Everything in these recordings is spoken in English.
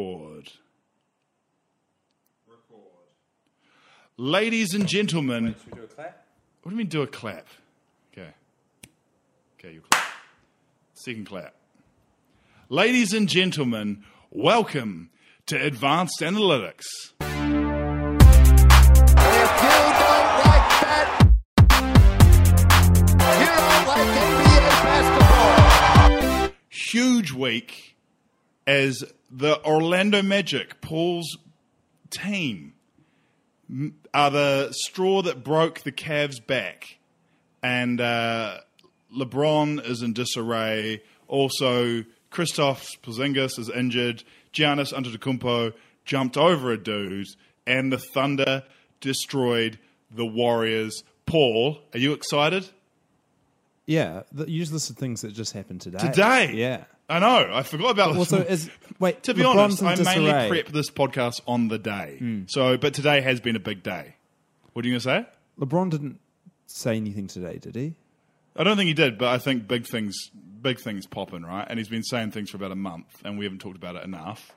Record. Ladies and gentlemen, Should we do a clap? what do you mean do a clap? Okay. Okay, you clap. Second clap. Ladies and gentlemen, welcome to Advanced Analytics. If you don't like that, you don't like NBA basketball. Huge week as the Orlando Magic, Paul's team, m- are the straw that broke the Cavs' back. and uh, LeBron is in disarray. Also, Christoph Porzingis is injured. Giannis Antetokounmpo jumped over a dude, and the Thunder destroyed the Warriors. Paul, are you excited Yeah, th you just listed things that just happened today. today? Yeah. I know. I forgot about Also, this. is wait to be honest, LeBron's in I mainly disarray. Hmm. prep this podcast on the day. So, but today has been a big day. What are you going to say? LeBron didn't say anything today, did he? I don't think he did, but I think big things, big things popping, right? And he's been saying things for about a month, and we haven't talked about it enough.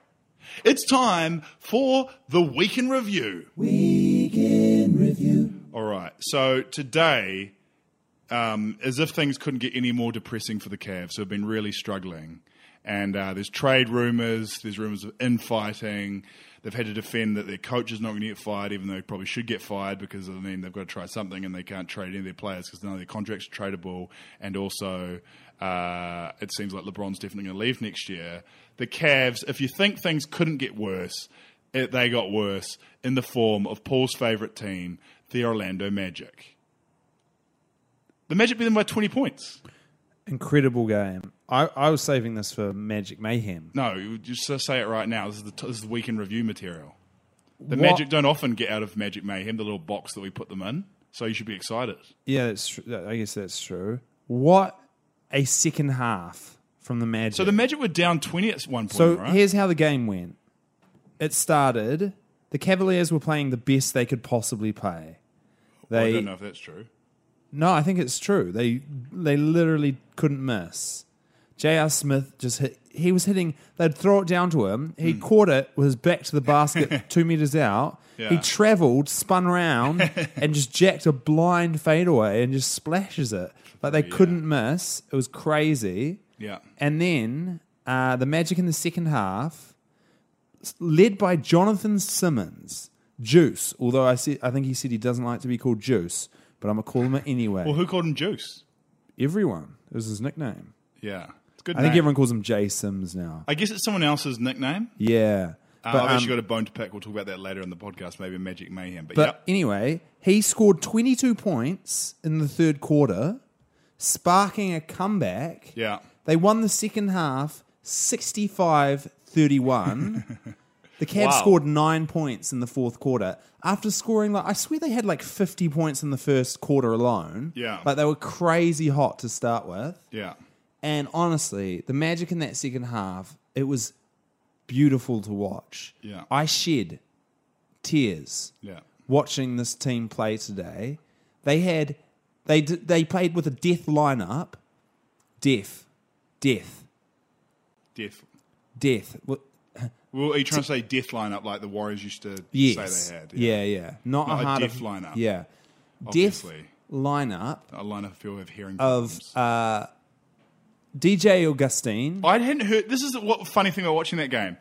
It's time for the week in review. Week in review. All right. So today, um, as if things couldn't get any more depressing for the Cavs, who have been really struggling. And uh, there's trade rumors. There's rumors of infighting. They've had to defend that their coach is not going to get fired, even though he probably should get fired because I mean they've got to try something, and they can't trade any of their players because none of their contracts are tradable. And also, uh, it seems like LeBron's definitely going to leave next year. The Cavs, if you think things couldn't get worse, it, they got worse in the form of Paul's favorite team, the Orlando Magic. The Magic beat them by 20 points. Incredible game. I, I was saving this for Magic Mayhem. No, you just say it right now. This is the, this is the weekend review material. The What- Magic don't often get out of Magic Mayhem, the little box that we put them in. So you should be excited. Yeah, that's tr- I guess that's true. What a second half from the Magic. So the Magic were down 20 at one point, So right? here's how the game went. It started. The Cavaliers were playing the best they could possibly play. Well, Oh, They I don't know if that's true. No, I think it's true. They they literally couldn't miss. J.R. Smith just hit. He was hitting. They'd throw it down to him. He Hmm. caught it with his back to the basket, two meters out. He Yeah. travelled, spun round, and just jacked a blind fadeaway and just splashes it. Like they couldn't miss. It was crazy. Yeah. And then uh, the Magic in the second half, s- led by Jonathan Simmons, Juice. Although I see, I think he said he doesn't like to be called Juice, but I'm gonna call him it anyway. Well, who called him Juice? everyone it was his nickname. Yeah. It's a good I think name. everyone calls him Jay Sims now. I guess it's someone else's nickname. Yeah, Uh, but, I've um, actually got a bone to pick. We'll talk about that later in the podcast, maybe in Magic Mayhem. But, but yep. anyway, he scored 22 points in the third quarter, sparking a comeback. yeah. They won the second half 65 31. The Cavs Wow. scored nine points in the fourth quarter after scoring, like, I swear they had like 50 points in the first quarter alone. Yeah. Like, they were crazy hot to start with. Yeah. And honestly, the magic in that second half, it was beautiful to watch. Yeah. I shed tears Yeah. watching this team play today. They had they d- they played with a death lineup. Death. Death. Death. Death. Well, Well, are you trying to say death lineup like the Warriors used to yes. say they had? yeah. yeah, Not, Not a a hard death of- lineup, Yeah. obviously. Death lineup A lineup filled with hearing of problems. uh, DJ Augustine. I hadn't heard. This is the what, funny thing about watching that game.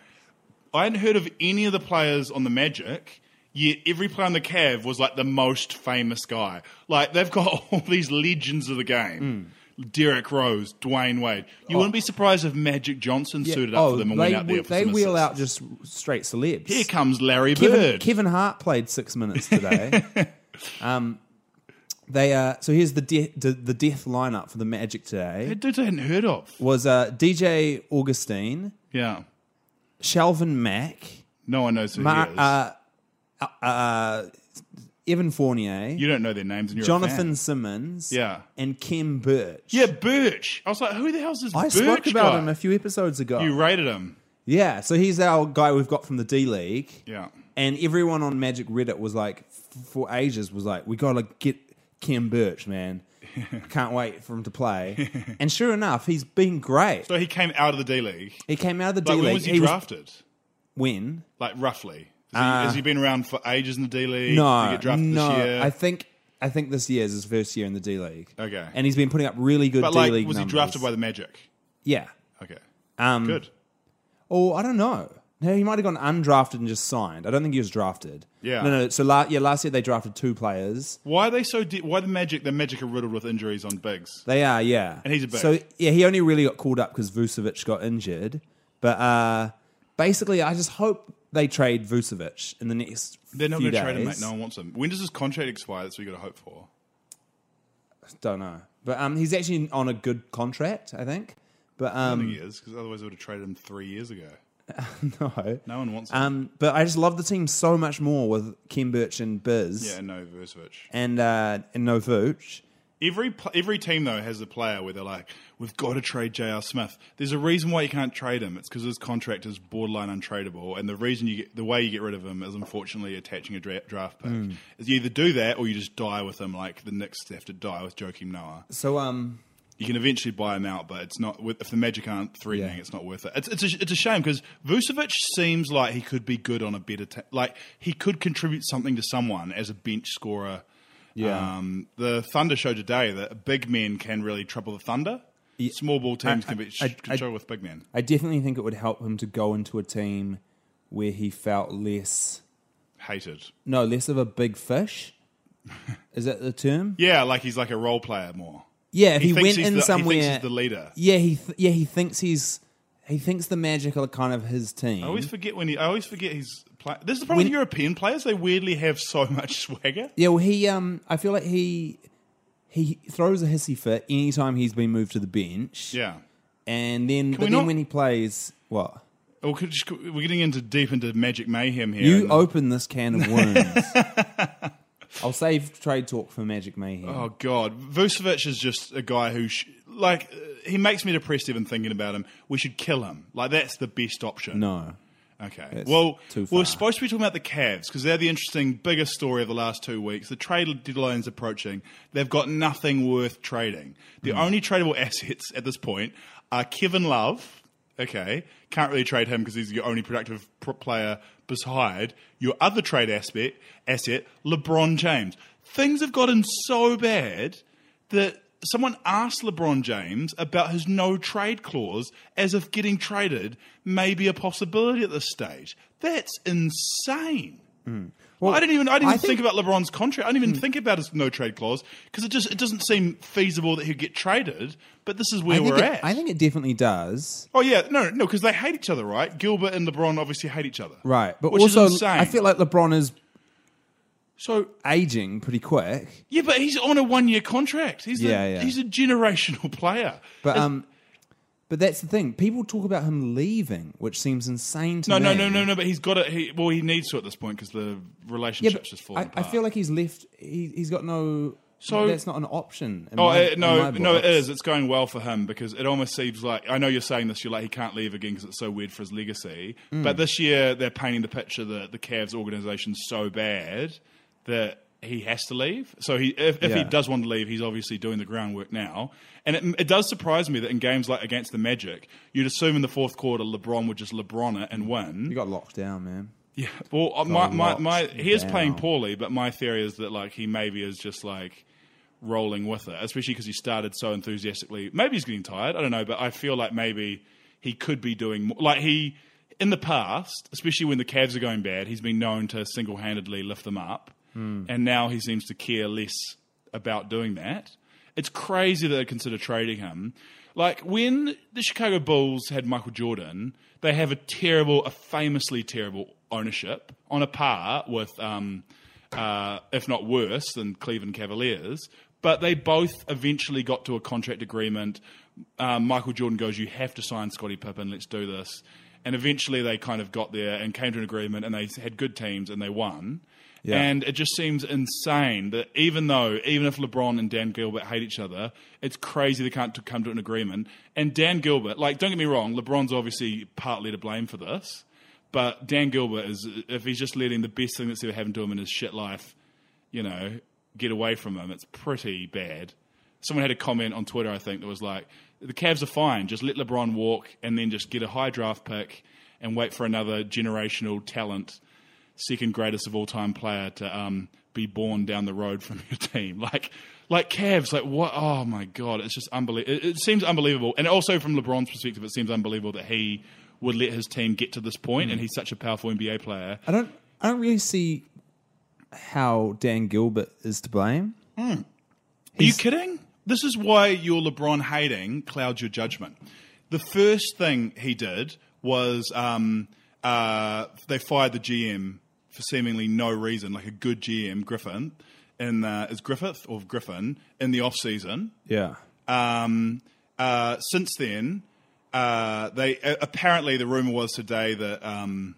I hadn't heard of any of the players on the Magic. Yet every player on the Cav was like the most famous guy. Like they've got all these legends of the game: Hmm. Derek Rose, Dwayne Wade. You wouldn't be surprised if Magic Johnson suited up for them and Oh, they, went out there. wheel- For they some wheel assists. out just straight celebs. Here comes Larry Kevin, Bird. Kevin Hart played six minutes today. um, they uh, so here's the de- de- the death lineup for the Magic today That dude I hadn't heard of. was uh, DJ Augustine, Yeah, Shalvin Mack, no one knows who Mar- he is. uh, uh, Evan Fournier, you don't know their names, and you're Jonathan A fan. Simmons, Yeah. and Kim Birch. Yeah, Birch. I was like, who the hell's this I Birch spoke about guy? him a few episodes ago. you rated him. yeah, so he's our guy we've got from the D League. Yeah. And everyone on Magic Reddit was like, f- for ages, was like, we gotta get Kim Birch, man. Can't wait for him to play. and sure enough, he's been great. So he came out of the D League. He came out of the Like, D when League. was he, was drafted? When? Like roughly. Has, he, has he been around for ages in the D League? Did Ah. No, he get drafted no. this year? I think I think this year is his first year in the D League. Okay. and he's been putting up really good but D like, League. was he drafted by the Magic? Yeah. Okay. Um, Good. Or I don't know. No, he might have gone undrafted and just signed. I don't think he was drafted. Yeah. No, no. So la- yeah, last year they drafted two players. Why are they so? De- why the Magic? The Magic are riddled with injuries on bigs. They are, yeah. And he's a big. So yeah, he only really got called up because Vucevic got injured. But uh, basically, I just hope they trade Vucevic in the next. They're not few going to trade him, mate. days. No one wants him. When does his contract expire? That's what you got to hope for. Don't know. But um, he's actually on a good contract, I think. But I um, think he is, because otherwise they would have traded him three years ago. no. No one wants him. Um, but I just love the team so much more with Kim Birch and Biz yeah, no, Vucevic. and uh, and Novooch. Every pl- every team though has a player where they're like, we've got to trade J.R. Smith. There's a reason why you can't trade him. It's because his contract is borderline untradeable, and the reason you get the way you get rid of him is unfortunately attaching a dra- draft pick. Is you either do that or you just die with him, like the Knicks have to die with Joakim Noah. So um, You can eventually buy him out, but it's not with- if the Magic aren't threatening, Yeah. it's not worth it. It's it's a, it's a shame because Vucevic seems like he could be good on a better ta- like he could contribute something to someone as a bench scorer. Yeah. Um, the Thunder showed today that big men can really trouble the Thunder. Small ball teams can be I- sh- I- can trouble with big men. I definitely think it would help him to go into a team where he felt less, Hated. no, less of a big fish. Is that the term? Yeah, like he's like a role player more. Yeah, if he, thinks went he's in the, somewhere, He thinks he's the leader. yeah, he th- yeah he thinks he's he thinks the Magic are kind of his team. I always forget when he. I always forget he's. Play- this is the problem with When- European players. They weirdly have so much swagger. Yeah, well, he. Um, I feel like he he throws a hissy fit anytime he's been moved to the bench. Yeah. and then but we then not- when he plays, what Well, could, just- we're getting into deep into magic mayhem here. you and- open this can of worms. I'll save trade talk for Magic Mayhem. oh god, Vucevic is just a guy who, sh- like, uh, he makes me depressed even thinking about him. We should kill him. Like that's the best option. No, Okay. That's Well, too we're far. supposed to be talking about the Cavs because they're the interesting, biggest story of the last two weeks. The trade deadline's approaching. They've got nothing worth trading. The Hmm. only tradable assets at this point are Kevin Love. Okay, can't really trade him because he's your only productive pr- player beside your other trade aspect asset, LeBron James. Things have gotten so bad that someone asked LeBron James about his no trade clause as if getting traded may be a possibility at this stage. That's insane. Hmm. Well, I didn't even I didn't I even think, think- Hmm. about LeBron's contract. I didn't even think about his no trade clause because it just it doesn't seem feasible that he'd get traded. But this is where I think, we're it, at. I think it definitely does. oh yeah, no, no, because they hate each other, right? Gilbert and LeBron obviously hate each other, Right, but Which is also insane. I feel like LeBron is so. aging pretty quick. Yeah, but he's on a one-year contract. He's Yeah, a, yeah. he's a generational player. But It's- um, but that's the thing. People talk about him leaving, which seems insane to Oh, No, me. no, no, no, no. But he's got it. He, well, he needs to at this point because the Yeah, relationship's but just falling I, I apart. feel like he's left. He, he's got no. So- that's not an option. in Oh my- uh, in no, my no, it books. is. It's going well for him because it almost seems like I know you're saying this. You're like he can't leave again because it's so weird for his legacy. Mm. But this year they're painting the picture that the Cavs organization's so bad that he has to leave. So he, if, if he Yeah. does want to leave, he's obviously doing the groundwork now. And it, it does surprise me that in games like against the Magic, you'd assume in the fourth quarter LeBron would just LeBron it and win. You got locked down, man. Yeah. Well, uh, my, my, locked my, he is playing down. poorly, but my theory is that like he maybe is just like rolling with it, especially because he started so enthusiastically. Maybe he's getting tired. I don't know, but I feel like maybe he could be doing more. Like he, in the past, especially when the Cavs are going bad, he's been known to single handedly lift them up, Hmm. and now he seems to care less about doing that. It's crazy that they consider trading him. Like when the Chicago Bulls had Michael Jordan, they have a terrible, a famously terrible ownership on a par with, um, uh, if not worse, than Cleveland Cavaliers. But they both eventually got to a contract agreement. Um, Michael Jordan goes, "You have to sign Scottie Pippen. Let's do this." And eventually, they kind of got there and came to an agreement, and they had good teams and they won. Yeah. And it just seems insane that even though, even if LeBron and Dan Gilbert hate each other, it's crazy they can't t- come to an agreement. And Dan Gilbert, like, don't get me wrong, LeBron's obviously partly to blame for this, but Dan Gilbert is, if he's just letting the best thing that's ever happened to him in his shit life, you know, get away from him, it's pretty bad. Someone had a comment on Twitter, I think, that was like, the Cavs are fine, just let LeBron walk and then just get a high draft pick. and wait for another generational talent, second greatest of all time player to um, be born down the road from your team. Like, like Cavs, like what? Oh my god, it's just unbelievable. It, it seems unbelievable, and also from LeBron's perspective, it seems unbelievable that he would let his team get to this point, and he's such a powerful NBA player. I don't. I don't really see how Dan Gilbert is to blame. Are you kidding? This is why your LeBron hating clouds your judgment. The first thing he did was um, uh, they fired the GM for seemingly no reason, like a good GM, Griffin, in uh, is Griffith or Griffin in the off season. Yeah. Um, uh, since then, uh, they uh, apparently the rumor was today that um,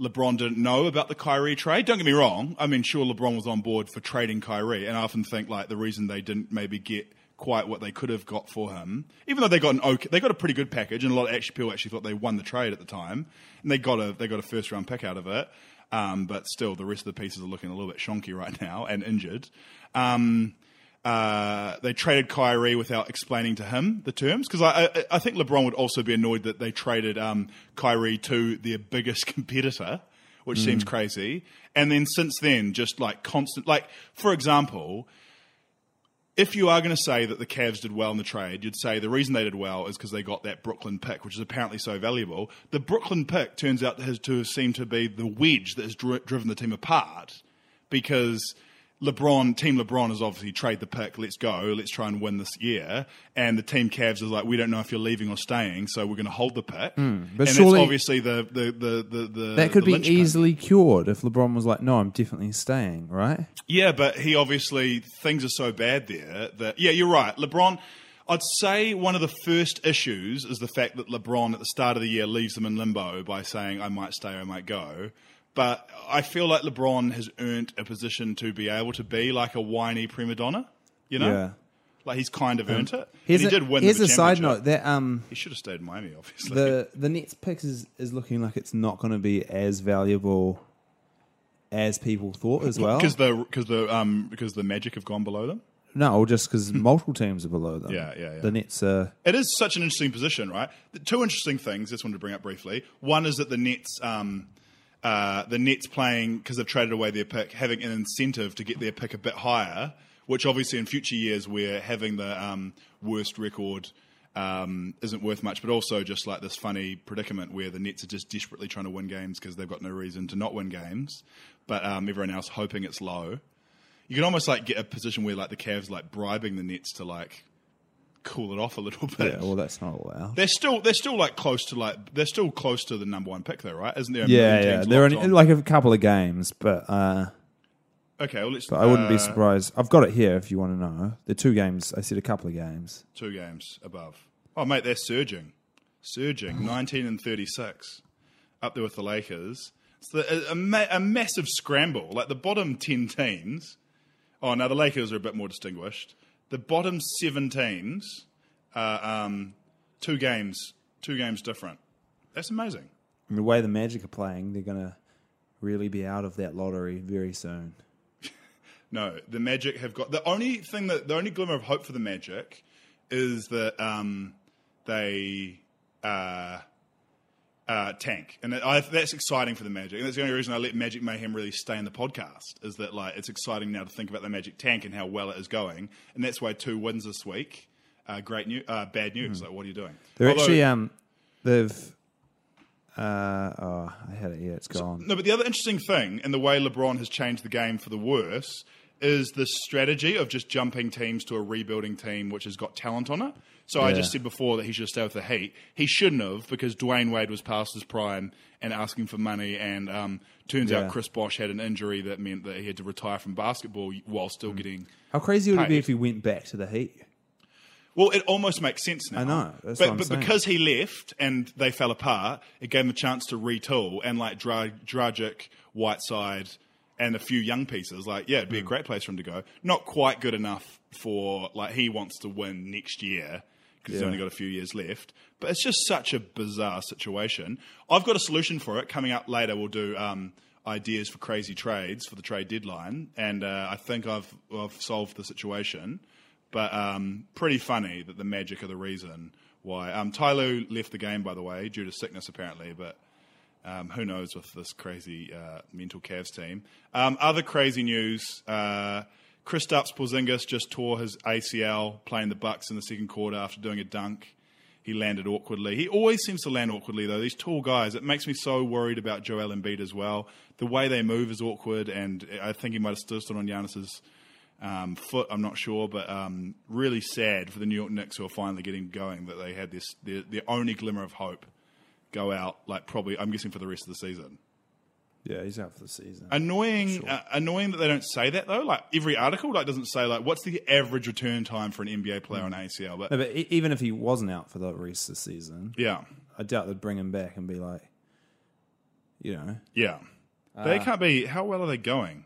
LeBron didn't know about the Kyrie trade. Don't get me wrong. I mean, sure, LeBron was on board for trading Kyrie, and I often think like the reason they didn't maybe get quite what they could have got for him, even though they got an okay, they got a pretty good package, and a lot of actually people actually thought they won the trade at the time, and they got a they got a first round pick out of it. Um, but still, the rest of the pieces are looking a little bit shonky right now and injured. Um, uh, they traded Kyrie without explaining to him the terms because I, I, I think LeBron would also be annoyed that they traded um, Kyrie to their biggest competitor, which seems crazy. And then since then, just like constant, like for example, if you are going to say that the Cavs did well in the trade, you'd say the reason they did well is because they got that Brooklyn pick, which is apparently so valuable. The Brooklyn pick turns out to has to seem to be the wedge that has dri- driven the team apart because LeBron, Team LeBron is obviously trade the pick, let's go, let's try and win this year. And the Team Cavs is like, we don't know if you're leaving or staying, so we're going to hold the pick. Hmm, but and surely- that's obviously the, the, the, the, the That could the be linchpin. easily cured if LeBron was like, "No, I'm definitely staying." Right? Yeah, but he obviously things are so bad there that yeah, you're right. LeBron, I'd say one of the first issues is the fact that LeBron at the start of the year leaves them in limbo by saying I might stay, I might go. But I feel like LeBron has earned a position to be able to be like a whiny prima donna. You know, Yeah. like he's kind of earned it. Here's and a, he did win. here's the a side championship. note that um He should have stayed in Miami, obviously. the the Nets pick is, is looking like it's not going to be as valuable as people thought as well. because the because the um because the Magic have gone below them. No, just because multiple teams are below them. Yeah, yeah, yeah. The Nets are. It is such an interesting position, right? The two interesting things I just wanted to bring up briefly. One is that the Nets, um, uh, the Nets playing because they've traded away their pick, having an incentive to get their pick a bit higher, which obviously in future years we're having the um, worst record. Um, isn't worth much, but also just like this funny predicament where the Nets are just desperately trying to win games because they've got no reason to not win games, but um, everyone else hoping it's low. You can almost like get a position where like the Cavs like bribing the Nets to like cool it off a little bit. Yeah, well, that's not allowed. They're still they're still like close to like they're still close to the number one pick though, right? Isn't there? A Yeah, million yeah. teams There are locked only, on? like a couple of games, but uh, okay. Well, let's, but I wouldn't uh, be surprised. I've got it here if you want to know. The two games. I said a couple of games. Two games above. Oh mate, they're surging, surging. Nineteen and thirty six, up there with the Lakers. It's the, a, a, ma- a massive scramble. Like the bottom ten teams. Oh, now the Lakers are a bit more distinguished. The bottom seven teams, uh, um, two games, two games different. That's amazing. And the way the Magic are playing, they're going to really be out of that lottery very soon. No, the Magic have got the only thing that the only glimmer of hope for the Magic is that um, they uh, uh, tank, and that, I, that's exciting for the Magic. And that's the only reason I let Magic Mayhem really stay in the podcast is that like it's exciting now to think about the Magic tank and how well it is going, and that's why two wins this week. Uh, great news, uh, bad news. Like, what are you doing? Hmm. They're Although- actually um, they've. Uh, oh, I had it here. It's gone. No, but the other interesting thing and the way LeBron has changed the game for the worse is the strategy of just jumping teams to a rebuilding team which has got talent on it. So I Yeah. just said before that he should stay with the Heat. He shouldn't have because Dwayne Wade was past his prime and asking for money. And um, turns Yeah. out Chris Bosh had an injury that meant that he had to retire from basketball while still Mm. getting. How crazy would it be Paid. if he went back to the Heat? Well, it almost makes sense now. I know, but that's what I'm but saying. because he left and they fell apart, it gave him a chance to retool and like Dra- Dragic, Whiteside, and a few young pieces. Like, yeah, it'd Hmm. be a great place for him to go. Not quite good enough for like he wants to win next year because he's Yeah. only got a few years left. But it's just such a bizarre situation. I've got a solution for it. Coming up later, we'll do um, ideas for crazy trades for the trade deadline, and uh, I think I've I've solved the situation. But um, pretty funny that the Magic are the reason why. Um, Tyloo left the game, by the way, due to sickness apparently. But Um, who knows with this crazy uh, mental Cavs team? Um, other crazy news: uh, Kristaps Porzingis just tore his ACL playing the Bucks in the second quarter after doing a dunk. He landed awkwardly. He always seems to land awkwardly though. These tall guys, it makes me so worried about Joel Embiid as well. The way they move is awkward, and I think he might have still stood on Giannis's um, foot. I'm not sure, but um, really sad for the New York Knicks who are finally getting going that they had this their, their only glimmer of hope go out. Like probably, I'm guessing for the rest of the season. Yeah, he's out for the season. Annoying, uh, annoying that they don't say that though. Like every article, like doesn't say like what's the average return time for an NBA player on ACL. But No, but e- even if he wasn't out for the rest of the season, yeah, I doubt they'd bring him back and be like, you know, yeah, they can't be. How well are they going?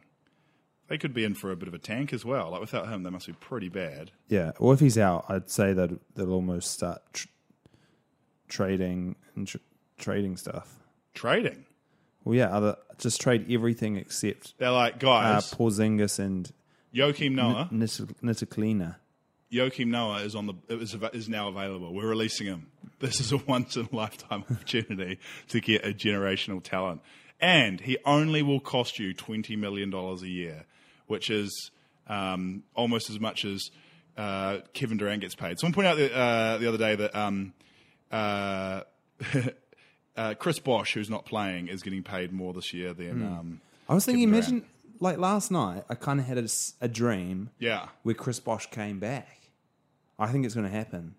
They could be in for a bit of a tank as well. Like without him, they must be pretty bad. yeah. Or if he's out, I'd say that they'll almost start tr- trading and tr- trading stuff. Trading, Well, yeah, other just trade everything except they're like uh, guys. Porzingis and Joachim Noah. Nita Nitaklina. Joachim Noah is on the is, av- is now available. We're releasing him. This is a once in a lifetime opportunity to get a generational talent, and he only will cost you twenty million dollars a year, which is um, almost as much as uh, Kevin Durant gets paid. Someone pointed out the, uh, the other day that um, uh, uh, Chris Bosch, who's not playing, is getting paid more this year than um, I was thinking, Kevin Durant. imagine like last night, I kind of had a, s- a dream yeah. where Chris Bosch came back. I think it's going to happen.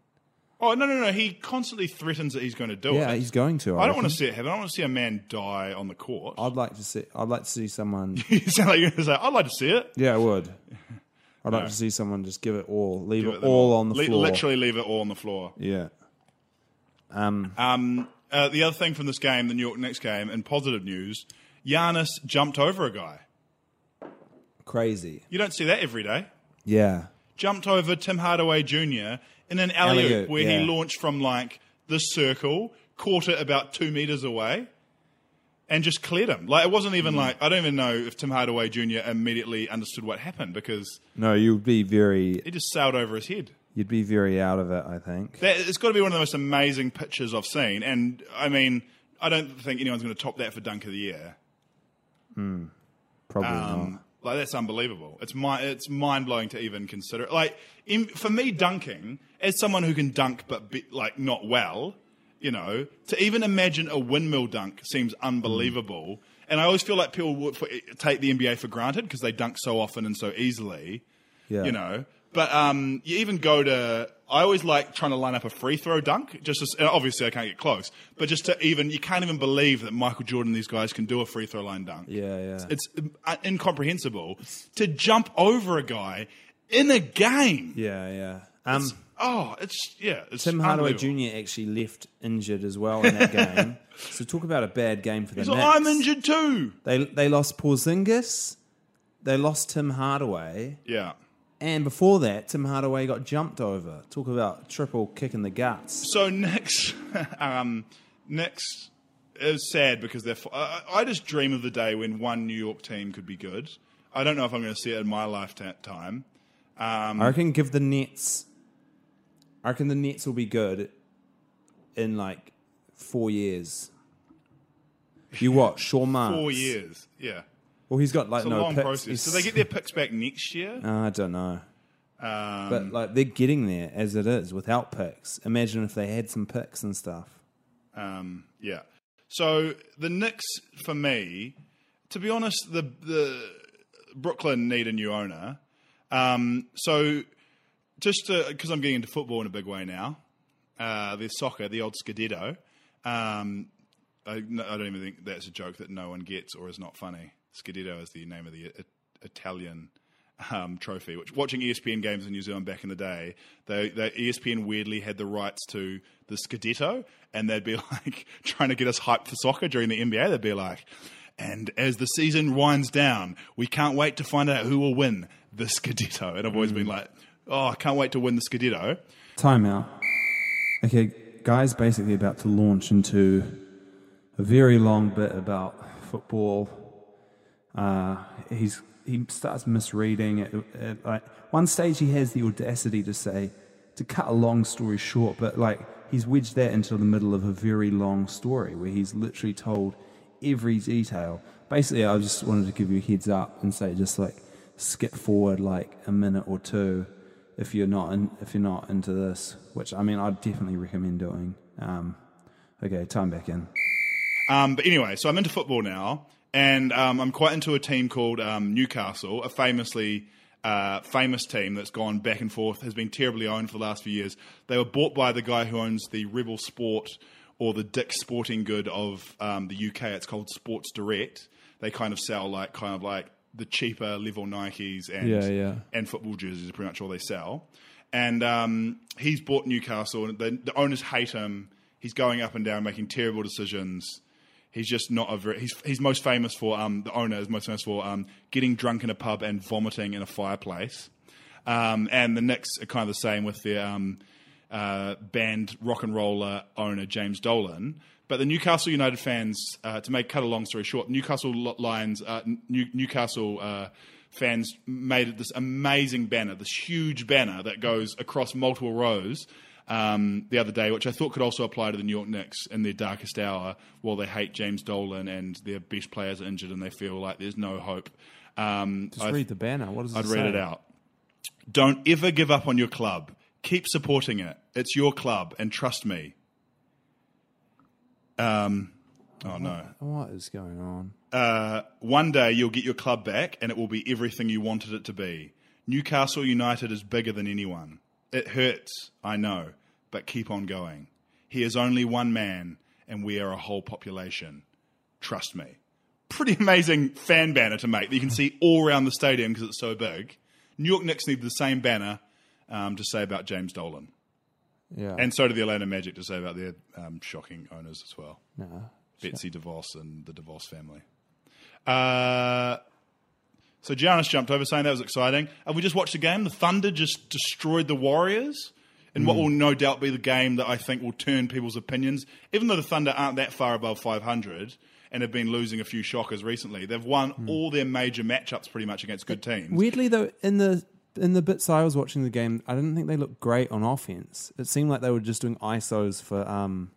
Oh no no no! He constantly threatens that he's going to do Yeah, it. he's going to. I, I don't want reckon. to see it happen. I don't want to see a man die on the court. I'd like to see. I'd like to see someone. you sound like you're going to say, I'd like to see it. yeah, I would. I'd like to see someone just give it all, leave Give it, it them all on the Le- floor. Literally leave it all on the floor. Yeah. Um, uh, the other thing from this game, the New York Knicks game, in positive news, Giannis jumped over a guy. Crazy. You don't see that every day. Yeah. Jumped over Tim Hardaway Jr. in an alley Alley-oop, oop where yeah. he launched from like the circle, caught it about two meters away, and just cleared him. Like it wasn't even Hmm. like I don't even know if Tim Hardaway Jr. immediately understood what happened because No, you'd be very. he just sailed over his head. You'd be very out of it. I think. That, it's got to be one of the most amazing pictures I've seen. And I mean, I don't think anyone's going to top that for Dunk of the Year. Probably Um, like that's unbelievable. It's my, it's mind blowing to even consider. It. Like in, for me, dunking as someone who can dunk but be, like not well, you know, to even imagine a windmill dunk seems unbelievable. And I always feel like people would for, take the NBA for granted because they dunk so often and so easily not. Yeah. you know. But um, you even go to. I always like trying to line up a free throw dunk. Just as, and obviously, I can't get close, but just to even you can't even believe that Michael Jordan and these guys can do a free throw line dunk. Yeah, yeah. It's, it's uh, incomprehensible to jump over a guy in a game. Yeah, yeah. Um, Oh, it's yeah. It's Tim Hardaway unbelievable. Jr. actually left injured as well in that game. So talk about a bad game for the He's Knicks. like, "Oh, I'm injured too. They they lost Porzingis, they lost Tim Hardaway, Yeah. and before that, Tim Hardaway got jumped over. Talk about triple kick in the guts. So next, um, next is sad because they're. f- I, I just dream of the day when one New York team could be good. I don't know if I'm going to see it in my lifetime. I reckon give the Nets. I reckon the Nets will be good in like four years. You what? Sean Marks. Four years, yeah, Well, he's got like it's a no long picks. process. He's- So they get their picks back next year. I don't know. Um, but like they're getting there as it is without picks. Imagine if they had some picks and stuff. Um, yeah. So the Knicks, for me, to be honest, the the Brooklyn need a new owner. Um, so just because I'm getting into football in a big way now, uh, there's soccer, the old Scudetto. Um, I, no, I don't even think that's a joke that no one gets or is not funny. Scudetto is the name of the I- Italian um, trophy. Which watching ESPN games in New Zealand back in the day, they, they E ESPN weirdly had the rights to the Scudetto, and they'd be like trying to get us hyped for soccer during the NBA. They'd be like, and as the season winds down, we can't wait to find out who will win the Scudetto. And I've always been like, oh, I can't wait to win the Scudetto. Timeout. Okay, guys, basically about to launch into a very long bit about football. Uh, he's he starts misreading at, at like one stage. He has the audacity to say to cut a long story short, but like he's wedged that into the middle of a very long story where he's literally told every detail. Basically, I just wanted to give you a heads up and say just like skip forward like a minute or two if you're not in, if you're not into this, which I mean I'd definitely recommend doing. Um, okay, time back in. Um, but anyway, so I'm into football now, and um, I'm quite into a team called um, Newcastle, a famously uh, famous team that's gone back and forth, has been terribly owned for the last few years. They were bought by the guy who owns the Rebel Sport or the Dick Sporting Good of um, the UK. It's called Sports Direct. They kind of sell like kind of like the cheaper level Nikes and Yeah, yeah. and football jerseys are pretty much all they sell. And um, he's bought Newcastle, and the, the owners hate him. He's going up and down, making terrible decisions. He's just not a very. He's, he's most famous for um, the owner is most famous for um, getting drunk in a pub and vomiting in a fireplace. Um, and the Knicks are kind of the same with their um, uh, band rock and roller owner James Dolan. But the Newcastle United fans, uh, to make cut a long story short, Newcastle lo- Lions, uh, New, Newcastle uh, fans made this amazing banner, this huge banner that goes across multiple rows um, the other day, which I thought could also apply to the New York Knicks in their darkest hour, while they hate James Dolan and their best players are injured and they feel like there's no hope. Um, Just I- read the banner. What does it I'd say? read it out. Don't ever give up on your club. Keep supporting it. It's your club, and trust me. Um, oh no. What is going on? One day you'll get your club back, and it will be everything you wanted it to be. Newcastle United is bigger than anyone. It hurts, I know, but keep on going. He is only one man, and we are a whole population. Trust me. Pretty amazing fan banner to make that you can see all around the stadium because it's so big. New York Knicks need the same banner um, to say about James Dolan. Yeah. And so do the Atlanta Magic to say about their um, shocking owners as well. Nah. Betsy DeVos and the DeVos family. Uh, so Giannis jumped over saying that was exciting. And we just watched the game. The Thunder just destroyed the Warriors in what will no doubt be the game that I think will turn people's opinions. Even though the Thunder aren't that far above 500 and have been losing a few shockers recently, they've won all their major matchups pretty much against good teams. Weirdly though, in the in the bits I was watching the game, I didn't think they looked great on offense. It seemed like they were just doing ISOs for um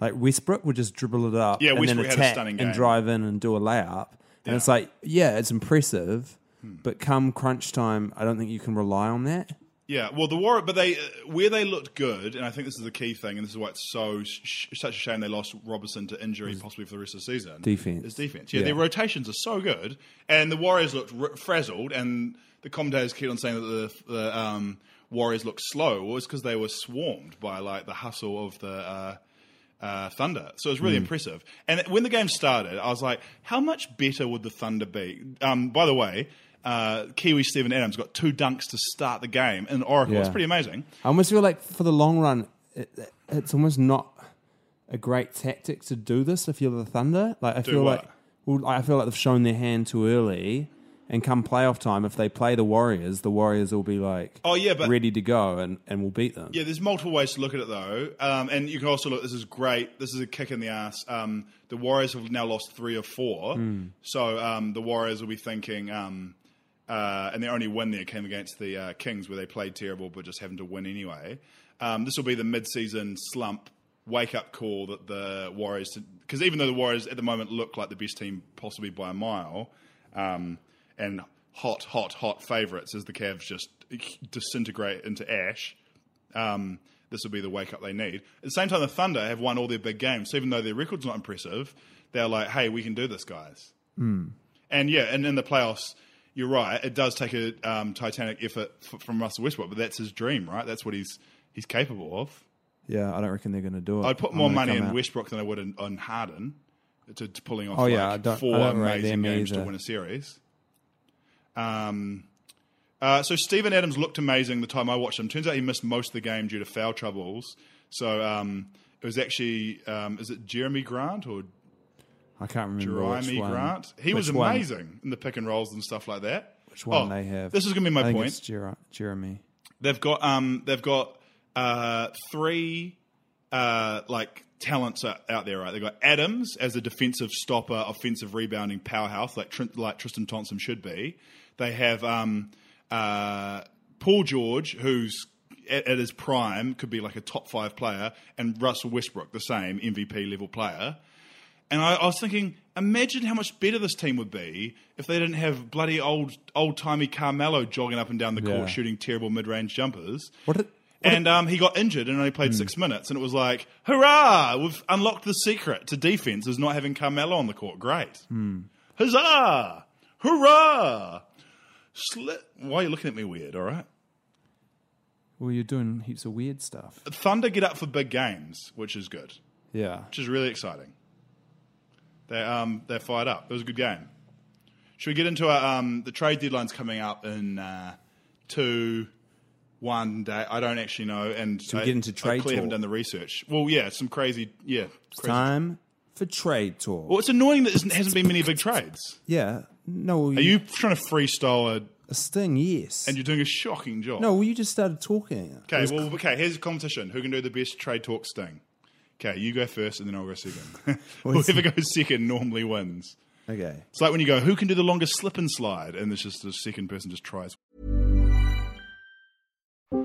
like Westbrook would just dribble it up Hmm. Yeah, and then Westbrook had a attack stunning game. and drive in and do a layup. And it's like, yeah, it's impressive, Hmm. but come crunch time, I don't think you can rely on that. Yeah, well, the war, but they uh, where they looked good, and I think this is the key thing, and this is why it's so sh- such a shame they lost Robertson to injury, possibly for the rest of the season. Defense. is defense. Yeah, Yeah. their rotations are so good, and the Warriors looked r- frazzled, and the commentators keep on saying that the, the um, Warriors looked slow. Well, it's because they were swarmed by like the hustle of the. Uh, uh, Thunder. So it was really impressive. And when the game started, I was like, how much better would the Thunder be? Um, by the way, uh, Kiwi Stephen Adams got two dunks to start the game in Oracle. It's Yeah. pretty amazing. I almost feel like for the long run, it, it- it's almost not a great tactic to do this if you're the Thunder. Like I feel what? like, well, I feel like they've shown their hand too early. And come playoff time, if they play the Warriors, the Warriors will be like, Oh, yeah, but- ready to go, and and we'll beat them. Yeah, there's multiple ways to look at it though, um, and you can also look. This is great. This is a kick in the ass. Um, the Warriors have now lost three or four, so um, the Warriors will be thinking. Um, uh, and their only win there came against the uh, Kings, where they played terrible but just happened to win anyway. Um, this will be the mid-season slump wake-up call that the Warriors, because even though the Warriors at the moment look like the best team possibly by a mile, um, and hot, hot, hot favourites as the Cavs just disintegrate into ash um, this will be the wake up they need. At the same time, the Thunder have won all their big games. So even though their record's not impressive, they're like, hey, we can do this, guys. And yeah, and in the playoffs, you're right. It does take a um, titanic effort f- from Russell Westbrook, but that's his dream, right? That's what he's he's capable of. Yeah, I don't reckon they're going to do it. I'd put I'm more gonna money come in out. Westbrook than I would in, on Harden to, to pulling off Oh, like yeah, I don't- I four don't rate amazing them games to either. win a series. Um, uh, so Stephen Adams looked amazing the time I watched him. Turns out he missed most of the game due to foul troubles. So um, it was actually um, is it Jeremy Grant or I can't remember which Jeremy one. Grant? He was Which one? amazing in the pick and rolls and stuff like that. Which one Oh, they have? This is going to be my I think point. it's Jer- Jeremy. They've got um, they've got uh, three uh, like talents o- out there, right? They've got Adams as a defensive stopper, offensive rebounding powerhouse, like Trin- like Tristan Thompson should be. They have um, uh, Paul George, who's at, at his prime could be like a top five player, and Russell Westbrook, the same MVP level player. And I, I was thinking, imagine how much better this team would be if they didn't have bloody old old timey Carmelo jogging up and down the Yeah. court shooting terrible mid range jumpers. What a- what a- Hmm. and um, he got injured and only played six minutes, and it was like, hurrah! We've unlocked the secret to defense is not having Carmelo on the court. Great, Hmm. huzzah, hurrah! Sli- Why are you looking at me weird? All right. Well, you're doing heaps of weird stuff. Thunder get up for big games, which is good, Yeah. which is really exciting. They um they're fired up. It was a good game. Should we get into our, um the trade deadline's coming up in uh, two, one day? I don't actually know. And we I- get into I trade clearly haven't talk? done the research. Well, yeah, some crazy yeah. It's Crazy. time for trade talk. Well, it's annoying that there hasn't been many big trades. yeah. No, well, Are you trying to freestyle it? a sting? Yes. And you're doing a shocking job. no, well, you just started talking. It was Okay, well, okay. Here's a competition. Who can do the best trade talk sting? Okay, you go first, and then I'll go second. Whoever goes second normally wins. Okay. It's like when you go, who can do the longest slip and slide? And it's just the second person just tries.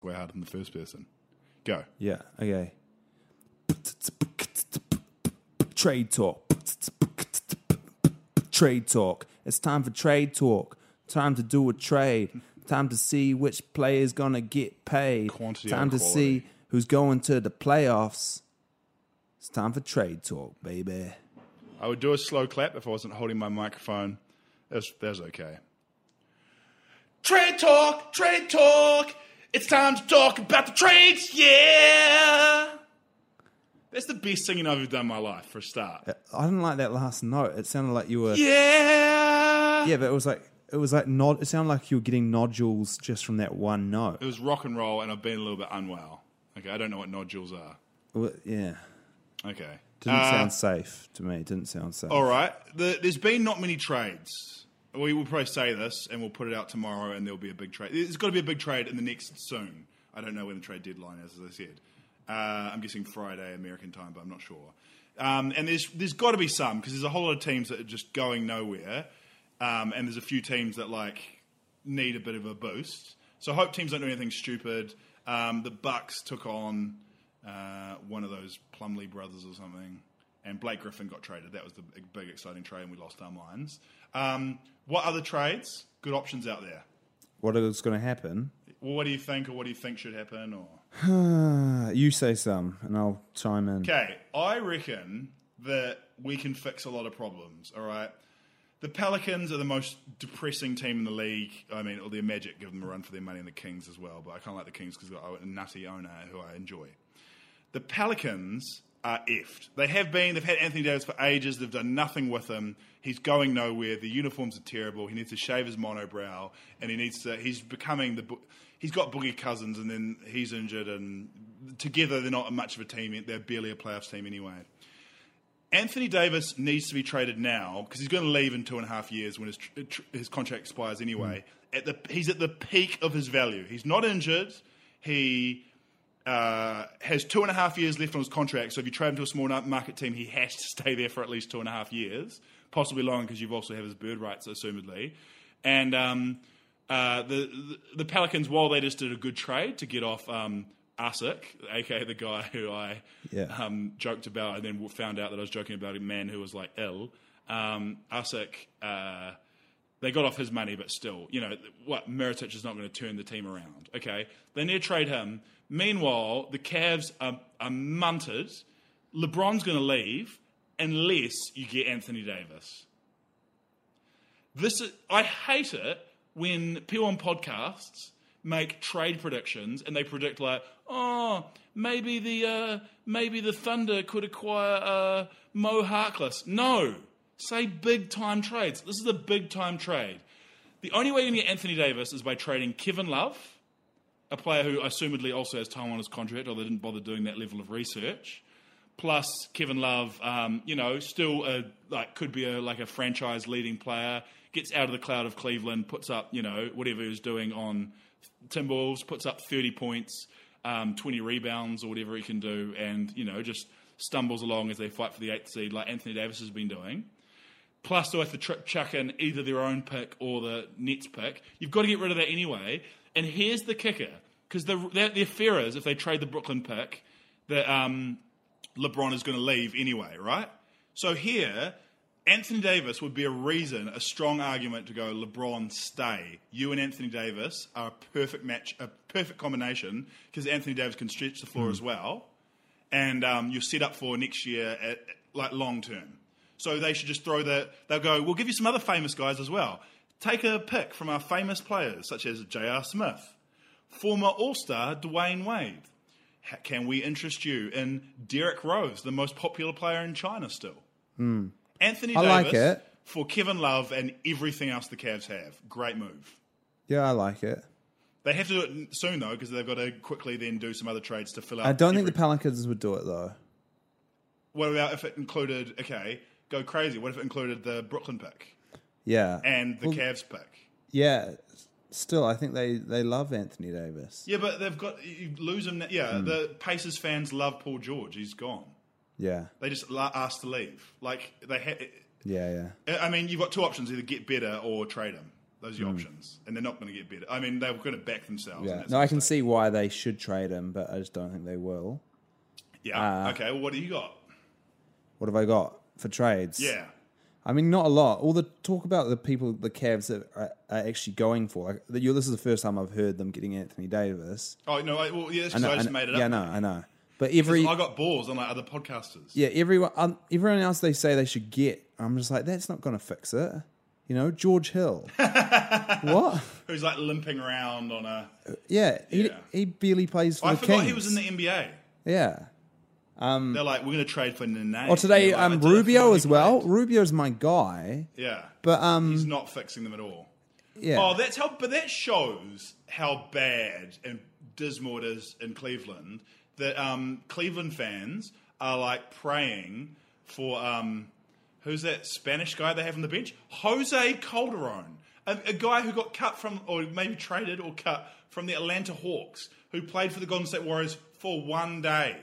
We're out in the first person. Go. Yeah. Okay. Trade talk. Trade talk. It's time for trade talk. Time to do a trade. Time to see which player's gonna get paid. Quantity time or to see quality? who's going to the playoffs. It's time for trade talk, baby. I would do a slow clap if I wasn't holding my microphone. That's, that's okay. Trade talk, trade talk. It's time to talk about the trades, yeah. That's the best singing I've ever done in my life for a start. I didn't like that last note. It sounded like you were Yeah. Yeah, but it was like it was like nod it sounded like you were getting nodules just from that one note. It was rock and roll, and I've been a little bit unwell. Okay, I don't know what nodules are. Well, Yeah. Okay. Didn't Uh, sound safe to me. Didn't sound safe. All right. The, there's been not many trades. We will probably say this, and we'll put it out tomorrow, and there'll be a big trade. There's got to be a big trade in the next soon. I don't know when the trade deadline is, as I said. Uh, I'm guessing Friday American time, but I'm not sure. Um, and there's there's got to be some because there's a whole lot of teams that are just going nowhere, um, and there's a few teams that like need a bit of a boost. So I hope teams don't do anything stupid. Um, the Bucks took on uh, one of those Plumley brothers or something, and Blake Griffin got traded. That was the big, big exciting trade, and we lost our minds. Um, what other trades? Good options out there. What is going to happen? Well, what do you think, or what do you think should happen? Or Uh, you say some, and I'll chime in. okay, I reckon that we can fix a lot of problems. All right. The Pelicans are the most depressing team in the league. I mean, all the Magic give them a run for their money, and the Kings as well. But I kind of like the Kings because they've got a nutty owner who I enjoy. the Pelicans are effed. They have been. They've had Anthony Davis for ages. They've done nothing with him. He's going nowhere. The uniforms are terrible. He needs to shave his monobrow, and he needs to. He's becoming the. Bo- He's got Boogie Cousins, and then he's injured, and together they're not much of a team. They're barely a playoffs team anyway. Anthony Davis needs to be traded now because he's going to leave in two and a half years when his tr- tr- his contract expires anyway. At the he's at the peak of his value. He's not injured. He uh, has two and a half years left on his contract. So if you trade him to a small nu- market team, he has to stay there for at least two and a half years, possibly longer because you've also have his bird rights, assumedly. And um, uh, the, the the Pelicans, while they just did a good trade to get off um, Usyk, aka the guy who I Yeah. um, joked about, and then w- found out that I was joking about a man who was like ill. Um, Usyk. Uh, they got off his money, but still, you know, what Meritic is not going to turn the team around. Okay, they need to trade him. Meanwhile, the Cavs are, are munted. LeBron's going to leave unless you get Anthony Davis. This is, I hate it when people on podcasts make trade predictions and they predict like, oh, maybe the uh, maybe the Thunder could acquire uh, Mo Harkless. No, say big time trades. This is a big time trade. The only way you can get Anthony Davis is by trading Kevin Love a player who assumedly also has time on his contract, or they didn't bother doing that level of research. plus Kevin Love, um, you know, still a like could be a like a franchise leading player. Gets out of the cloud of Cleveland, puts up you know whatever he was doing on Timberwolves, puts up thirty points, um, twenty rebounds or whatever he can do, and you know just stumbles along as they fight for the eighth seed, like Anthony Davis has been doing. Plus, they'll have to tr- chuck in either their own pick or the Nets pick. You've got to get rid of that anyway. And here's the kicker because the, their, their fear is if they trade the Brooklyn pick, that um, LeBron is going to leave anyway, right? So here, Anthony Davis would be a reason, a strong argument to go LeBron stay. You and Anthony Davis are a perfect match, a perfect combination because Anthony Davis can stretch the floor as well, and um, you're set up for next year, at, like long term. So they should just throw the. They'll go. We'll give you some other famous guys as well. Take a pick from our famous players such as J.R. Smith, former All Star Dwayne Wade. Ha- Can we interest you in Derek Rose, the most popular player in China still? Anthony Hmm. I like Davis it. for Kevin Love and everything else the Cavs have. Great move. Yeah, I like Uh, it. They have to do it n- soon though because they've got to quickly then do some other trades to fill out. I don't think every- the Pelicans would do it though. What about if it included? Okay, go crazy. What if it included the Brooklyn pick Yeah, and the Well, Cavs pick? yeah. Still, I think they they love Anthony Davis. Yeah, but they've got you lose him. Yeah, Hmm. the Pacers fans love Paul George. He's gone. Yeah, They just la- asked to leave. Like they, ha- yeah, yeah. I mean, you've got two options: either get better or trade him. Those are your options, and they're not going to get better. I mean, they're going to back themselves. and Hmm. Yeah. that's No, a I can mistake. see why they should trade him, but I just don't think they will. Yeah. uh, okay. Well, what do you got? What have I got for trades? Yeah. I mean, not a lot. All the talk about the people the Cavs that are, are actually going for. Like, the, you, this is the first time I've heard them getting Anthony Davis. Oh no. I, well, yeah. That's I 'cause know, I, just I know- made it up. yeah, I know, I know. But every I got balls on like other podcasters. yeah, everyone, um, everyone else they say they should get. I'm just like, that's not going to fix it. You know, George Hill. what? Who's like limping around on a? Yeah, he, Yeah. he barely plays for I the forgot he Kings. was in the NBA. yeah. They're like, we're going to trade for Nene. Or today, They're like, um, "That's- that's Rubio what he as well. played." Rubio's my guy, Yeah. but um, he's not fixing them at all. yeah. Oh, that's how. But that shows how bad and dismal it is in Cleveland. That um, Cleveland fans are like praying for um, who's that Spanish guy they have on the bench? Jose Calderon, a, a guy who got cut from, or maybe traded or cut from the Atlanta Hawks, who played for the Golden State Warriors for one day.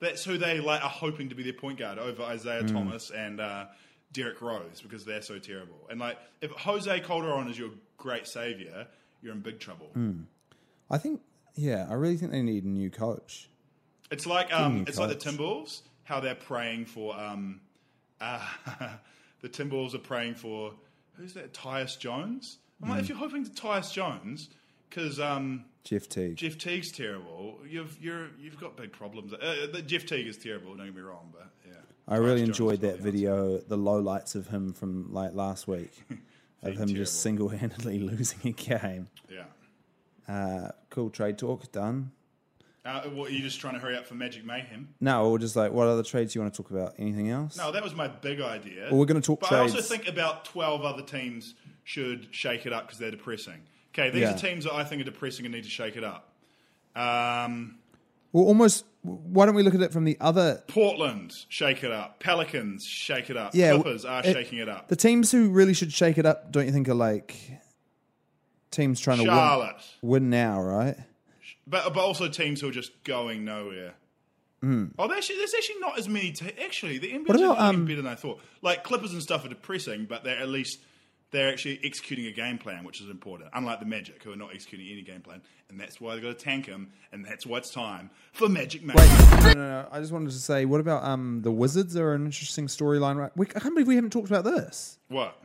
That's who they like are hoping to be their point guard over Isaiah Mm. Thomas and uh, Derek Rose because they're so terrible. And like, if Jose Calderon is your great savior, you're in big trouble. Mm. I think, yeah, I really think they need a new coach. It's like um, me it's like the Colts. Timberwolves, how they're praying for um, uh, the Timberwolves are praying for who's that? Tyus Jones. I'm Mm. like, if you're hoping to Tyus Jones, because um, Jeff Teague. Jeff Teague's terrible, you've you're you've got big problems. Uh, uh, Jeff Teague is terrible. Don't get me wrong, but yeah, I Tyus really Jones enjoyed is not that the answer. video, the lowlights of him from like last week, of him terrible. just single handedly losing a game. Yeah. Uh, cool trade talk done. Uh, what, are you just trying to hurry up for Magic Mayhem? No, or just like, what other trades do you want to talk about? Anything else? No, that was my big idea. Well, we're gonna talk But I trades. also think about 12 other teams should shake it up because they're depressing. Okay, these Yeah. are teams that I think are depressing and need to shake it up. Um, Well, almost. Why don't we look at it from the other? Portland, shake it up. Pelicans, shake it up. Yeah, w- Clippers are it- shaking it up. The teams who really should shake it up, don't you think, are like teams trying to Charlotte. win, win now, right? But, but also teams who are just going nowhere. Oh, there's actually, there's actually not as many. Te- actually, the NBA's Hmm. What about, actually um, better than I thought. Like Clippers and stuff are depressing, but they're at least they're actually executing a game plan, which is important. Unlike the Magic, who are not executing any game plan, and that's why they've got to tank them, and that's why it's time for Magic Man. Wait, no, no, no. I just wanted to say, what about um the Wizards are an interesting storyline, right? We, I can't believe we haven't talked about this. What?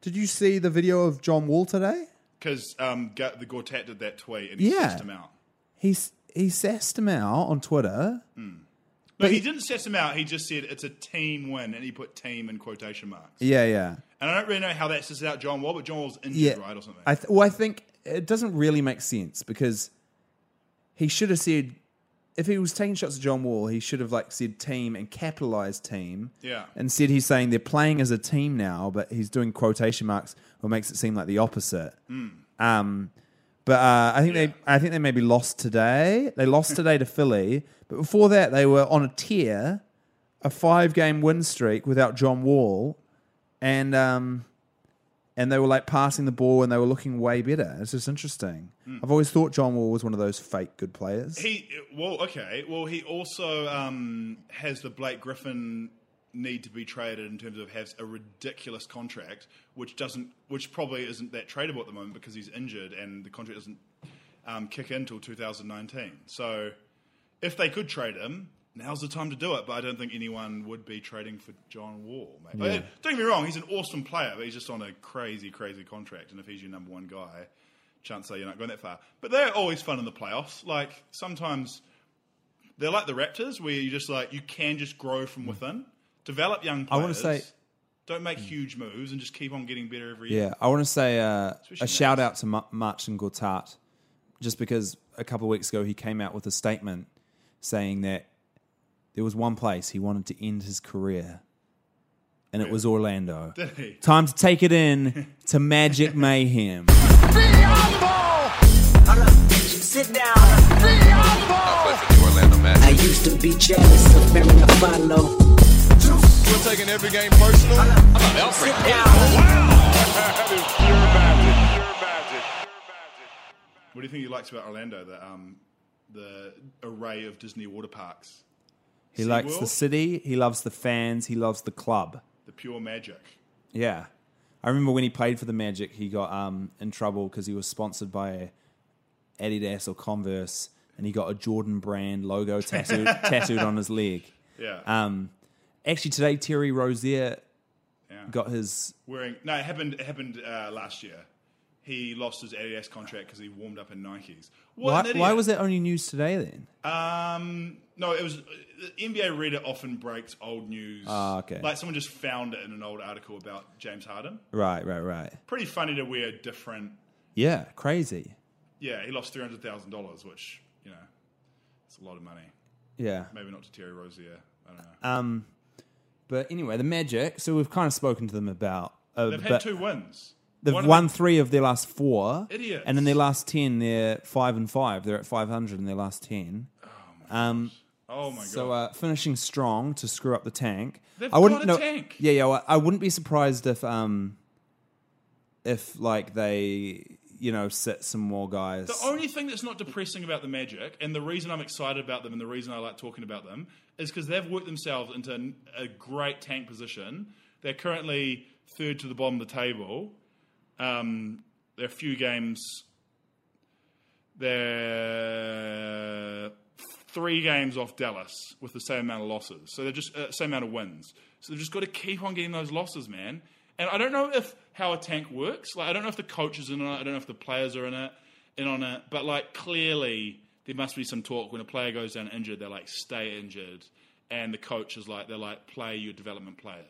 Did you see the video of John Wall today? Because um, Gu- the Gortat did that tweet and he Yeah. sussed him out. He's he sassed him out on Twitter. No, he didn't suss him out. He just said it's a team win, and he put "team" in quotation marks. Yeah, yeah, And I don't really know how that susses out John Wall, but John Wall's injured, yeah. right, or something. I th- well, I think it doesn't really make sense because he should have said if he was taking shots at John Wall, he should have like said team and capitalized team. Yeah. Instead, he's saying they're playing as a team now, but he's doing quotation marks, what makes it seem like the opposite. Hmm. Um, but uh, I think they, I think they maybe lost today. They lost today to Philly, but before that, they were on a tear a five game win streak without John Wall, and um, and they were like passing the ball and they were looking way better. It's just interesting. I've always thought John Wall was one of those fake good players. Hmm. He well, okay. Well, he also um, has the Blake Griffin need to be traded in terms of has a ridiculous contract, which doesn't, which probably isn't that tradable at the moment because he's injured and the contract doesn't um, kick in until 2019. So, if they could trade him. Now's the time to do it, but I don't think anyone would be trading for John Wall. Mate. But Don't get me wrong; he's an awesome player, but he's just on a crazy, crazy contract. And if he's your number one guy, chance are you're not going that far. But they're always fun in the playoffs. Like sometimes they're like the Raptors, where you just like you can just grow Hmm. from within, develop young I players. wanna say- don't make huge moves and just keep on getting better every year. Yeah, I want to say uh, Especially a shout out to Ma- Martin Gortat, just because a couple of weeks ago he came out with a statement saying that there was one place he wanted to end his career, and it was Orlando. Did he? Time to take it in to Magic Mayhem. Sit down. I used to be jealous of Mary Follow. We're taking every game personal. Sit down. What do you think he likes about Orlando? The um, the array of Disney water parks, He likes the World? city, he loves the fans, he loves the club. the pure magic. Yeah. I remember when he played for the Magic, he got um, in trouble because he was sponsored by Adidas or Converse, and he got a Jordan brand logo tattooed, tattooed on his leg. Yeah, Um, actually, today Terry Rozier yeah. got his wearing. No, it happened. It happened uh, last year. He lost his Adidas contract because he warmed up in Nikes. What an Why, idiot. why was that only news today then? Um, no, it was the NBA Reddit often breaks old news. Ah, okay. Like someone just found it in an old article about James Harden. Right, right, right. Pretty funny to wear different. Yeah, crazy. Yeah, he lost three hundred thousand dollars, which you know, it's a lot of money. Yeah. Maybe not to Terry Rozier. I don't know. Um, but anyway, the Magic. So we've kind of spoken to them about. Uh, They've but had two wins. They've One of won three of their last four. Idiots. And in their last ten, they're five and five. They're at five hundred in their last ten. um, the- oh my god! so uh, finishing strong to screw up the tank. They've I wouldn't got a know- tank. Yeah, yeah. well, I wouldn't be surprised if um, if like they you know sit some more guys. the only thing that's not depressing about the Magic, and the reason I'm excited about them, and the reason I like talking about them, is because they've worked themselves into an- a great tank position. They're currently third to the bottom of the table. Um, they're a few games. They're three games off Dallas with the same amount of losses. So they're just uh, same amount of wins. So they've just got to keep on getting those losses, man. And I don't know if how a tank works. Like I don't know if the coach is in on it. I don't know if the players are in it, in on it. But like clearly there must be some talk when a player goes down injured. They're like stay injured, and the coach is like they're like play your development players.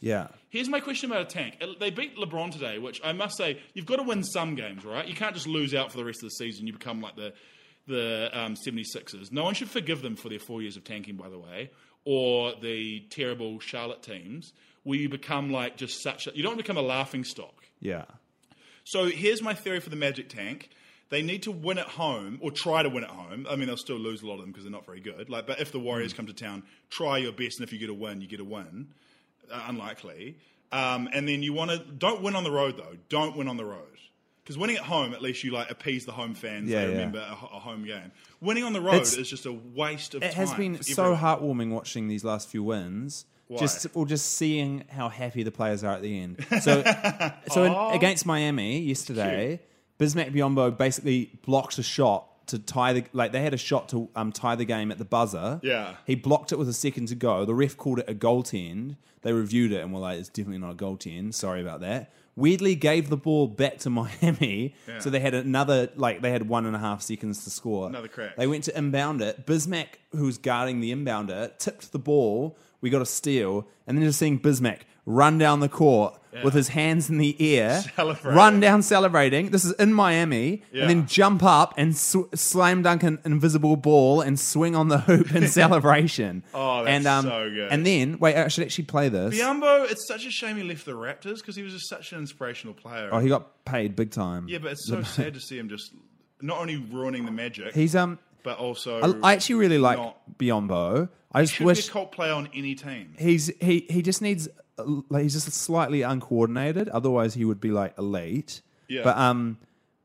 yeah, Here's my question about a tank. Uh, They beat LeBron today, which I must say, you've got to win some games, right? You can't just lose out for the rest of the season. You become like the the um, 76ers. No one should forgive them for their four years of tanking, by the way, or the terrible Charlotte teams, where you become like just such a. You don't become a laughing stock. yeah, So here's my theory for the Magic Tank. They need to win at home or try to win at home. I mean, they'll still lose a lot of them because they're not very good. Like, but if the Mm. Warriors come to town, try your best, and if you get a win, you get a win. Uh, unlikely. Um, and then you want to don't win on the road though. Don't win on the road because winning at home, at least you like appease the home fans. Yeah, they yeah. remember a, a home game. Winning on the road It's- is just a waste of it time. has been for so everyone. heartwarming watching these last few wins. Just or just seeing how happy the players are at the end. So, so Oh. in, against Miami yesterday, Bismack Biombo basically blocked a shot to tie the like they had a shot to um, tie the game at the buzzer. Yeah. he blocked it with a second to go. The ref called it a goaltend. They reviewed it and were like, "It's definitely not a goaltend. Sorry about that." Weirdly, gave the ball back to Miami, so they had another like they had one and a half seconds to score. Another crack. They went to inbound it. Bismack, who was guarding the inbounder, tipped the ball. We got a steal, and then just seeing Bismack run down the court with his hands in the air, Celebrating. run down celebrating. This is in Miami, Yeah. and then jump up and sw- slam dunk an invisible ball and swing on the hoop in celebration. Oh, that's and, um, so good. And then wait, I should actually play this. Biombo, it's such a shame he left the Raptors because he was just such an inspirational player. Oh, he got paid big time. Yeah, but it's so sad to see him just not only ruining the magic. He's um but also I, I actually really like not- Biombo. I just should wish be a cult player on any team. he's he he just needs uh, like he's just slightly uncoordinated. Otherwise, he would be like elite. Yeah. But um,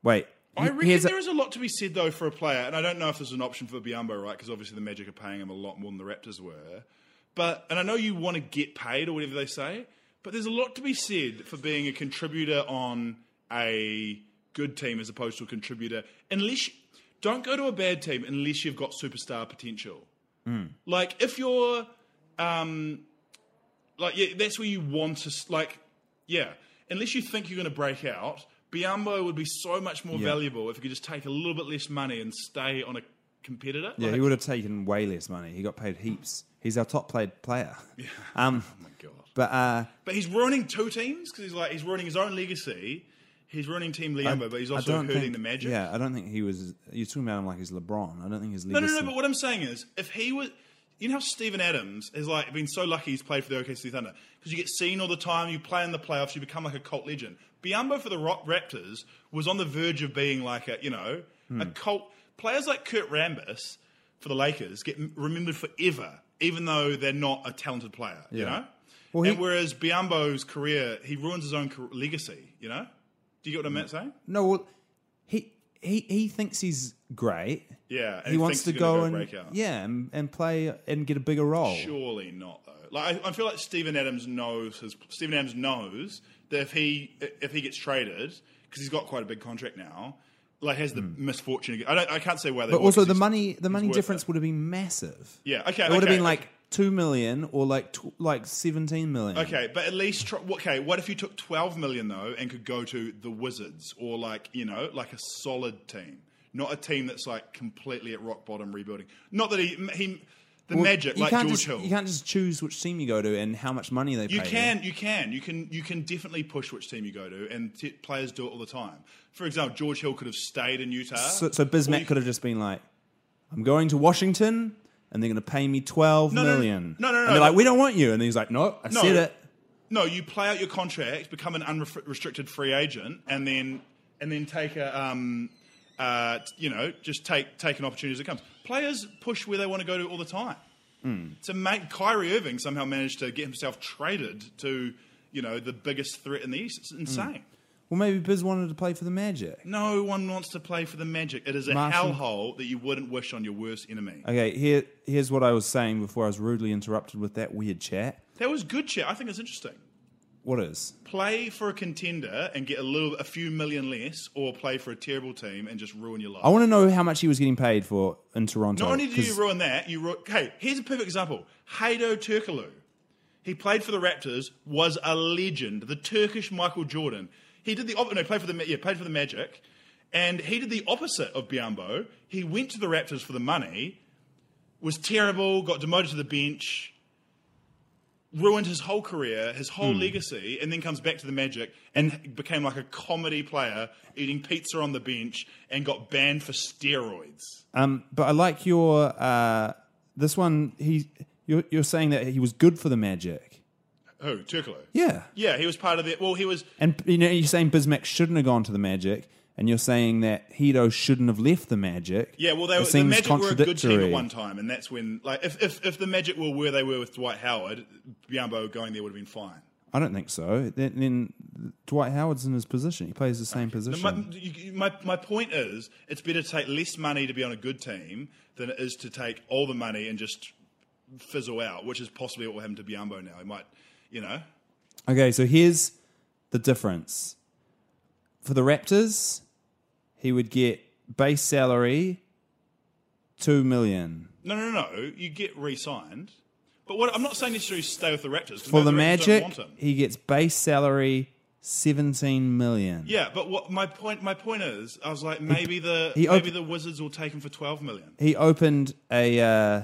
wait. I he- reckon here's a- there is a lot to be said though for a player, and I don't know if there's an option for Biombo, right? Because obviously the Magic are paying him a lot more than the Raptors were. But and I know you want to get paid or whatever they say, but there's a lot to be said for being a contributor on a good team as opposed to a contributor. Unless don't go to a bad team unless you've got superstar potential. Hmm. Like if you're, um, like yeah, that's where you want to s- like, yeah. Unless you think you're going to break out, Biombo would be so much more valuable if you could just take a little bit less money and stay on a competitor. yeah, Like, he would have taken way less money. He got paid heaps. He's our top played player. Yeah. Um, oh God. but uh, But he's ruining two teams because he's like he's ruining his own legacy. He's ruining Team Liambo, but he's I also don't hurting think- the Magic. Yeah, I don't think he was. You're talking about him like he's LeBron. I don't think he's. No, no, no. But what I'm saying is, if he was, you know, how Stephen Adams has like been so lucky he's played for the OKC Thunder because you get seen all the time, you play in the playoffs, you become like a cult legend. Biombo for the Ro- Raptors was on the verge of being like a, you know, Hmm. a cult. Players like Kurt Rambis for the Lakers get m- remembered forever, even though they're not a talented player. You know. Well, he- and whereas Biombo's career, he ruins his own car- legacy. You know. Do you get what Hmm. I'm saying? No, well, he he he thinks he's great. Yeah, and he, he wants to thinks he's gonna go, go and break out. yeah, and, and play and get a bigger role. Surely not, though. Like I, I feel like Stephen Adams knows his Stephen Adams knows that if he if he gets traded because he's got quite a big contract now, like has the misfortune. I don't. I can't say why they. Hmm. But would, also 'cause the he's- money the he's money worth difference it. would have been massive. Yeah. Okay. It would have okay, been like two million or like tw- like seventeen million. Okay, but at least try, okay. What if you took twelve million though and could go to the Wizards or like you know like a solid team, not a team that's like completely at rock bottom rebuilding. Not that he he the Well, Magic you like can't George just, Hill. You can't just choose which team you go to and how much money they pay. You can, you can, you can, you can definitely push which team you go to, and t- players do it all the time. For example, George Hill could have stayed in Utah. So, so uh, Or Bismack you- could have just been like, "I'm going to Washington, and they're going to pay me twelve No, million. no, no, no, no, And they're no. like, "We don't want you," and he's like, "No, I No. said it." No, you play out your contract, become an unrestricted free agent, and then and then take a, um, uh, t- you know, just take take an opportunity as it comes. Players push where they want to go to all the time. Hmm. To make Kyrie Irving somehow managed to get himself traded to, you know, the biggest threat in the East. Hmm. It's insane. Well, maybe Biz wanted to play for the Magic. No one wants to play for the Magic. It is a Martian- hellhole that you wouldn't wish on your worst enemy. Okay, here here's what I was saying before I was rudely interrupted with that weird chat. That was good shit. I think it's interesting. What is? Play for a contender and get a little, a few million less, or play for a terrible team and just ruin your life. I want to know how much he was getting paid for in Toronto. Not only did you 'cause- ruin that, you ruin. Hey, here's a perfect example. Haydo Turkoglu. He played for the Raptors, was a legend, the Turkish Michael Jordan. He did the op- no, played for the Ma- yeah, played for the Magic, and he did the opposite of Biombo. He went to the Raptors for the money, was terrible, got demoted to the bench, ruined his whole career, his whole legacy, and then comes back to the Magic and became like a comedy player, eating pizza on the bench, and got banned for steroids. um, but I like your uh, this one. He you're, you're saying that he was good for the Magic. Who Turkoglu? Yeah. Yeah, he was part of the. Well, he was. And you know, you're saying Bismack shouldn't have gone to the Magic, and you're saying that Hedo shouldn't have left the Magic. Yeah, well, It they were, the Magic were a good team at contradictory. one time, and that's when, like, if, if, if the Magic were where they were with Dwight Howard, Biombo going there would have been fine. I don't think so. Then, then Dwight Howard's in his position. He plays the same No, position. My, you- you- my, my point is, it's better to take less money to be on a good team than it is to take all the money and just fizzle out, which is possibly what will happen to Biombo now. He might, you know, Okay, so here's the difference. For the Raptors, he would get base salary two million. no, no, no, you get re-signed. But what I'm not saying necessarily stay with the Raptors. 'cause For maybe the Raptors don't Magic, want him. he gets base salary seventeen million. Yeah, but what my point my point is, I was like, maybe the he maybe op- the Wizards will take him for twelve million. He opened a uh,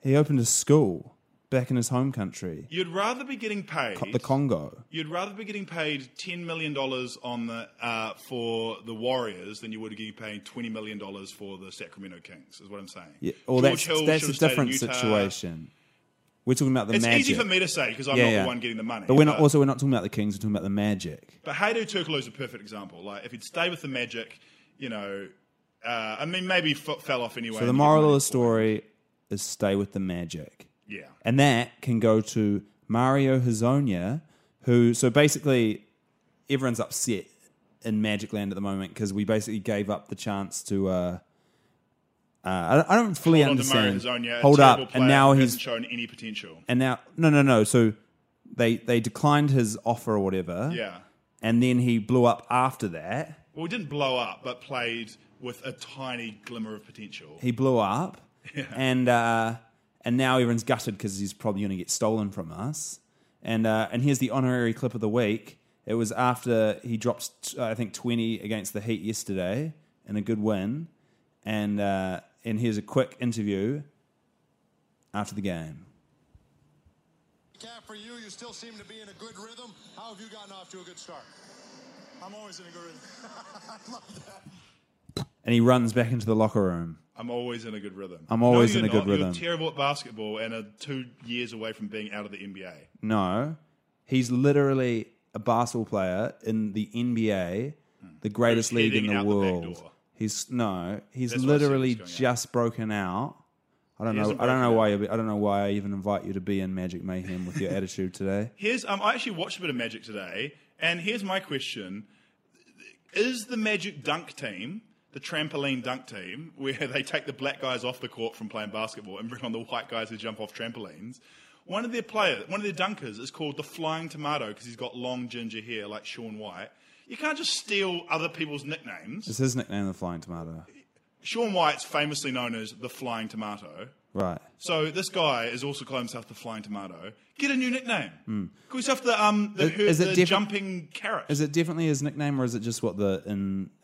he opened a school back in his home country, You'd rather be getting paid the Congo. You'd rather be getting paid ten million dollars on the uh, for the Warriors than you would be paying twenty million dollars for the Sacramento Kings. Is what I'm saying. Yeah, well, George that's Hill that's a should've stayed in different Utah. situation. We're talking about the It's Magic. easy for me to say because I'm Yeah, not yeah. the one getting the money. but we're not. Also, we're not talking about the Kings. We're talking about the Magic. But Haydou Turkoglu is a perfect example. Like if he'd stay with the Magic, you know, Uh, I mean, maybe f- fell off anyway. So the moral of the story is stay with the magic. Yeah. And that can go to Mario Hazonia, who so basically everyone's upset in Magic Land at the moment because we basically gave up the chance to. Uh, uh, I don't- I don't fully Hold on to Mario understand. Hazonia, a Hold terrible up, player and now who he's hasn't shown any potential. and now no no no. So they they declined his offer or whatever. Yeah. And then he blew up after that. Well, he didn't blow up, but played with a tiny glimmer of potential. He blew up, and uh, and now everyone's gutted because he's probably going to get stolen from us. And uh, and here's the honorary clip of the week. It was after he dropped, uh, I think, twenty against the Heat yesterday in a good win. And uh, and here's a quick interview after the game. Cap, for you, you still seem to be in a good rhythm. How have you gotten off to a good start? I'm always in a good rhythm. I love that. And he runs back into the locker room. I'm always in a good rhythm. I'm always No, in you're a good not. rhythm. You're terrible at basketball and are two years away from being out of the NBA. No, he's literally a basketball player in the NBA, the greatest Who's league in heading the out the back world. door. he's no, he's That's what I said literally was going out. just broken out. I don't He know. hasn't I don't know broken why. You're, I don't know why I even invite you to be in Magic Mayhem with your attitude today. Here's um, I actually watched a bit of Magic today, and here's my question: Is the Magic dunk team the trampoline dunk team, where they take the black guys off the court from playing basketball and bring on the white guys who jump off trampolines? One of their players, one of their dunkers, is called the Flying Tomato because he's got long ginger hair like Sean White. You can't just steal other people's nicknames. It's his nickname, the Flying Tomato. Sean White's famously known as the Flying Tomato. Right. So this guy is also calling himself the Flying Tomato. Get a new nickname. Call yourself the um the, Hmm. Is- her- is it the different- jumping carrot. Is it definitely his nickname, or is it just what the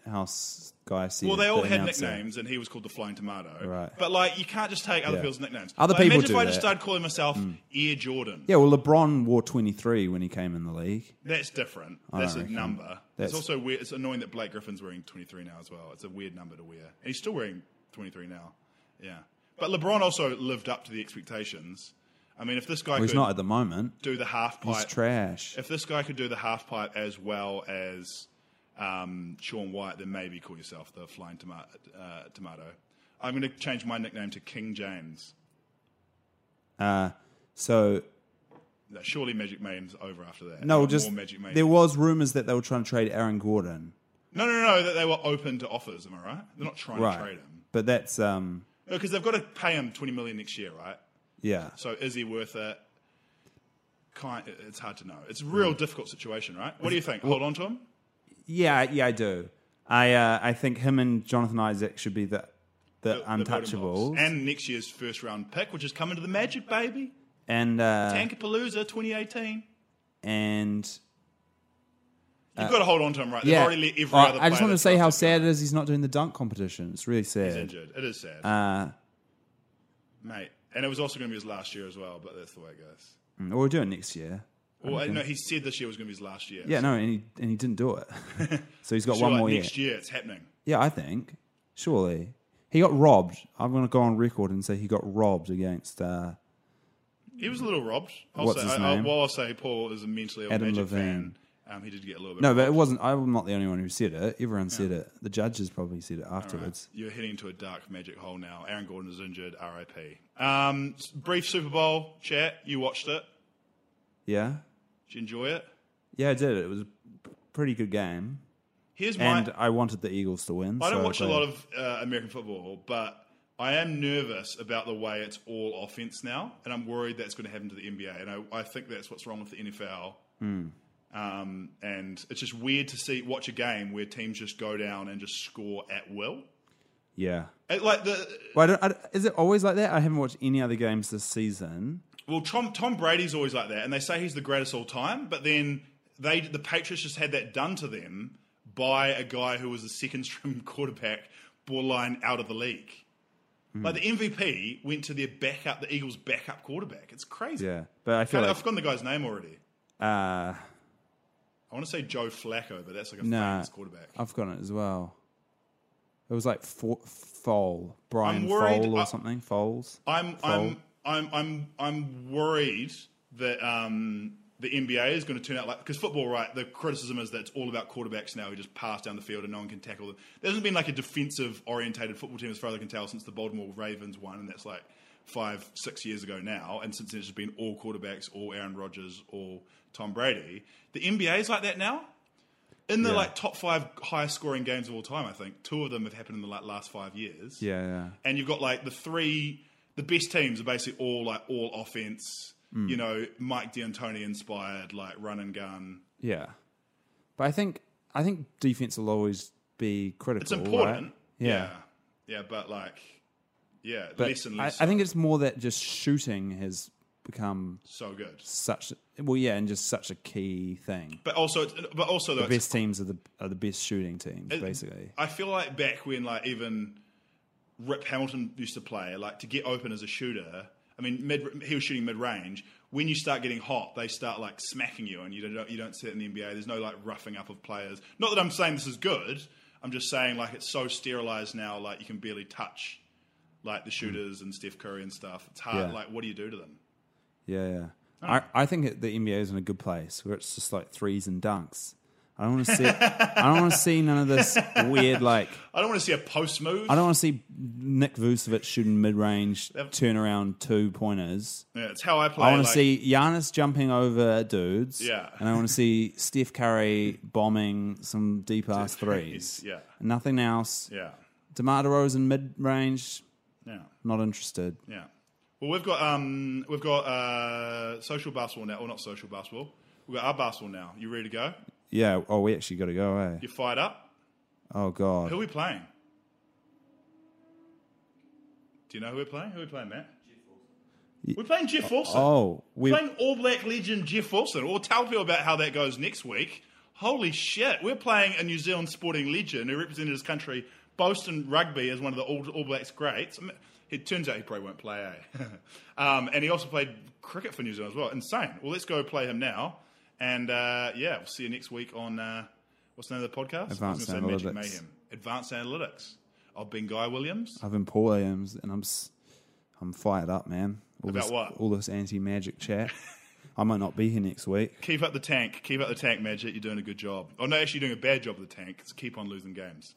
in-house guy said? well, they all the had announcer? nicknames, and he was called the Flying Tomato. Right. But like, you can't just take other Yeah. people's nicknames. Other Like, people Imagine do if I just that. Hmm. started calling myself Ear Jordan. Yeah. Well, LeBron wore twenty-three when he came in the league. That's different. That's a reckon. number. That's- It's also weird. It's annoying that Blake Griffin's wearing 23 now as well. It's a weird number to wear. And he's still wearing 23 now. Yeah. But LeBron also lived up to the expectations. I mean, if this guy Well, he's could not at the moment. do the half pipe, He's trash. if this guy could do the half pipe as well as um, Sean White, then maybe call yourself the flying tomato. Uh, tomato. I'm going to change my nickname to King James. So Now, Surely Magic Mayhem's over after that. No, There are just more Magic Mayhem. there was rumors that they were trying to trade Aaron Gordon, no, no, no, no. That they were open to offers. Am I right? They're not trying right? to trade him But that's um, because they've got to pay him 20 million next year, right? yeah. So is he worth it? Kind, it's hard to know. It's a Mm. real difficult situation, right? What do you think? Hold on to him. Yeah, yeah, I do. I uh, I think him and Jonathan Isaac should be the the, the voting untouchables. blocks. and next year's first round pick, which is coming to the Magic, baby. and uh, Tankapalooza 2018. and You've got to hold on to him, right? They've uh, yeah. already let every Oh, other I just player want to that's say how drafted sad it is he's not doing the dunk competition. It's really go. He's sad. injured. It is sad, Uh, mate. And it was also going to be his last year as well, but that's the way it goes. mm, well, we'll do it next year. Well, no, he said this year was going to be his last year. Yeah, no, and he and he didn't do it. so he's got So, one like, more year. next year. It's happening. Yeah, I think. Surely. He got robbed. I'm going to go on record and say he got robbed against uh, He was a little robbed. I'll What's say, his I, I, name? well, I'll say Paul is a mentally ill Adam Magic Levine. fan. Um, he did get a little bit. No, but it robbed. wasn't. I'm not the only one who said it. Everyone said it. The judges probably said it afterwards. You're heading into a dark magic hole now. Aaron Gordon is injured. R.I.P. Um, s- brief Super Bowl chat. You watched it. Yeah, Did you enjoy it? yeah, I did. It was a pretty good game, Here's my. and I wanted the Eagles to win. I don't so watch a they- lot of uh, American football, but I am nervous about the way it's all offense now, and I'm worried that's going to happen to the NBA. And I, I think that's what's wrong with the NFL. Um, and it's just weird to see watch a game where teams just go down and just score at will. Yeah. It, like the Well, I don't, I don't- is it always like that? I haven't watched any other games this season. well, Tom Tom Brady's always like that, and they say he's the greatest all time, but then they the Patriots just had that done to them by a guy who was the second string quarterback, borderline out of the league. Hmm. Like the MVP went to their backup, the Eagles' backup quarterback. It's crazy. Yeah, but I I feel like have forgotten the guy's name already. uh, I want to say Joe Flacco, but that's like a nah, famous quarterback. I've got it as well. It was like Fo- Fole, Brian I'm worried- Fole or I- something. Foles. I'm Foal. I'm I'm I'm I'm worried that um, the NBA is going to turn out like because football, right? The criticism is that it's all about quarterbacks now who just pass down the field and no one can tackle them. There hasn't been like a defensive orientated football team as far as I can tell since the Baltimore Ravens won, and that's like five, six years ago now. And since then, it's just been all quarterbacks, all Aaron Rodgers, all Tom Brady. The NBA is like that now. In the like top five highest scoring games of all time, I think two of them have happened in the like last five years Yeah, yeah. and you've got like the three the best teams are basically all like all offense Mm. you know mike d'antoni inspired like run and gun Yeah. But I think I think defense will always be critical. it's important right? yeah. yeah but like yeah But less and I, less I think it's more that just shooting has become so good such. Well, yeah, and just such a key thing. but also it's, but also though The it's best teams are the are the best shooting teams, basically. I feel like back when like even Rip Hamilton used to play, like to get open as a shooter. I mean, mid, he was shooting mid range. When you start getting hot, they start like smacking you, and you don't you don't see it in the NBA. There's no like roughing up of players. Not that I'm saying this is good. I'm just saying like it's so sterilized now. Like you can barely touch like the shooters and Steph Curry and stuff. It's hard. Hmm. Yeah. Like what do you do to them? Yeah, yeah. I, I think it, the NBA is in a good place where it's just like threes and dunks. I don't want to see. I don't want to see none of this weird like. I don't want to see a post move. I don't want to see Nick Vucevic shooting mid-range turnaround two pointers. Yeah, it's how I play. I want to like, see Giannis jumping over dudes. Yeah. And I want to see Steph Curry bombing some deep ass threes. Yeah. Nothing else. Yeah, DeMar DeRozan mid range, yeah. not interested. Yeah. Well, we've got um, we've got uh, social basketball now, or not social basketball. We've got our basketball now. You ready to go? Yeah. Oh, we actually got to go, eh? You fired up? Oh, God. Who are we playing? Do you know who we're playing? Who are we playing, Matt? We're playing Jeff Wilson. Oh, we. We're playing All Black legend Jeff Wilson. We'll tell people about how that goes next week. Holy shit, we're playing a New Zealand sporting legend who represented his country, Boston Rugby, as one of the All, All Blacks greats. I mean, it turns out he probably won't play, eh? um, and he also played cricket for New Zealand as well. Insane. Well, let's go play him now. And uh, yeah, we'll see you next week on uh, what's the name of the podcast? I was Advanced gonna say Magic Analytics. Mayhem. Advanced Analytics. I've been Guy Williams. I've been Paul Williams, and I'm, s- I'm fired up, man. All About this, what? All this anti magic chat. I might not be here next week. Keep up the tank. Keep up the tank, Magic. You're doing a good job. Oh, no, actually, you're doing a bad job of the tank. It's keep on losing games.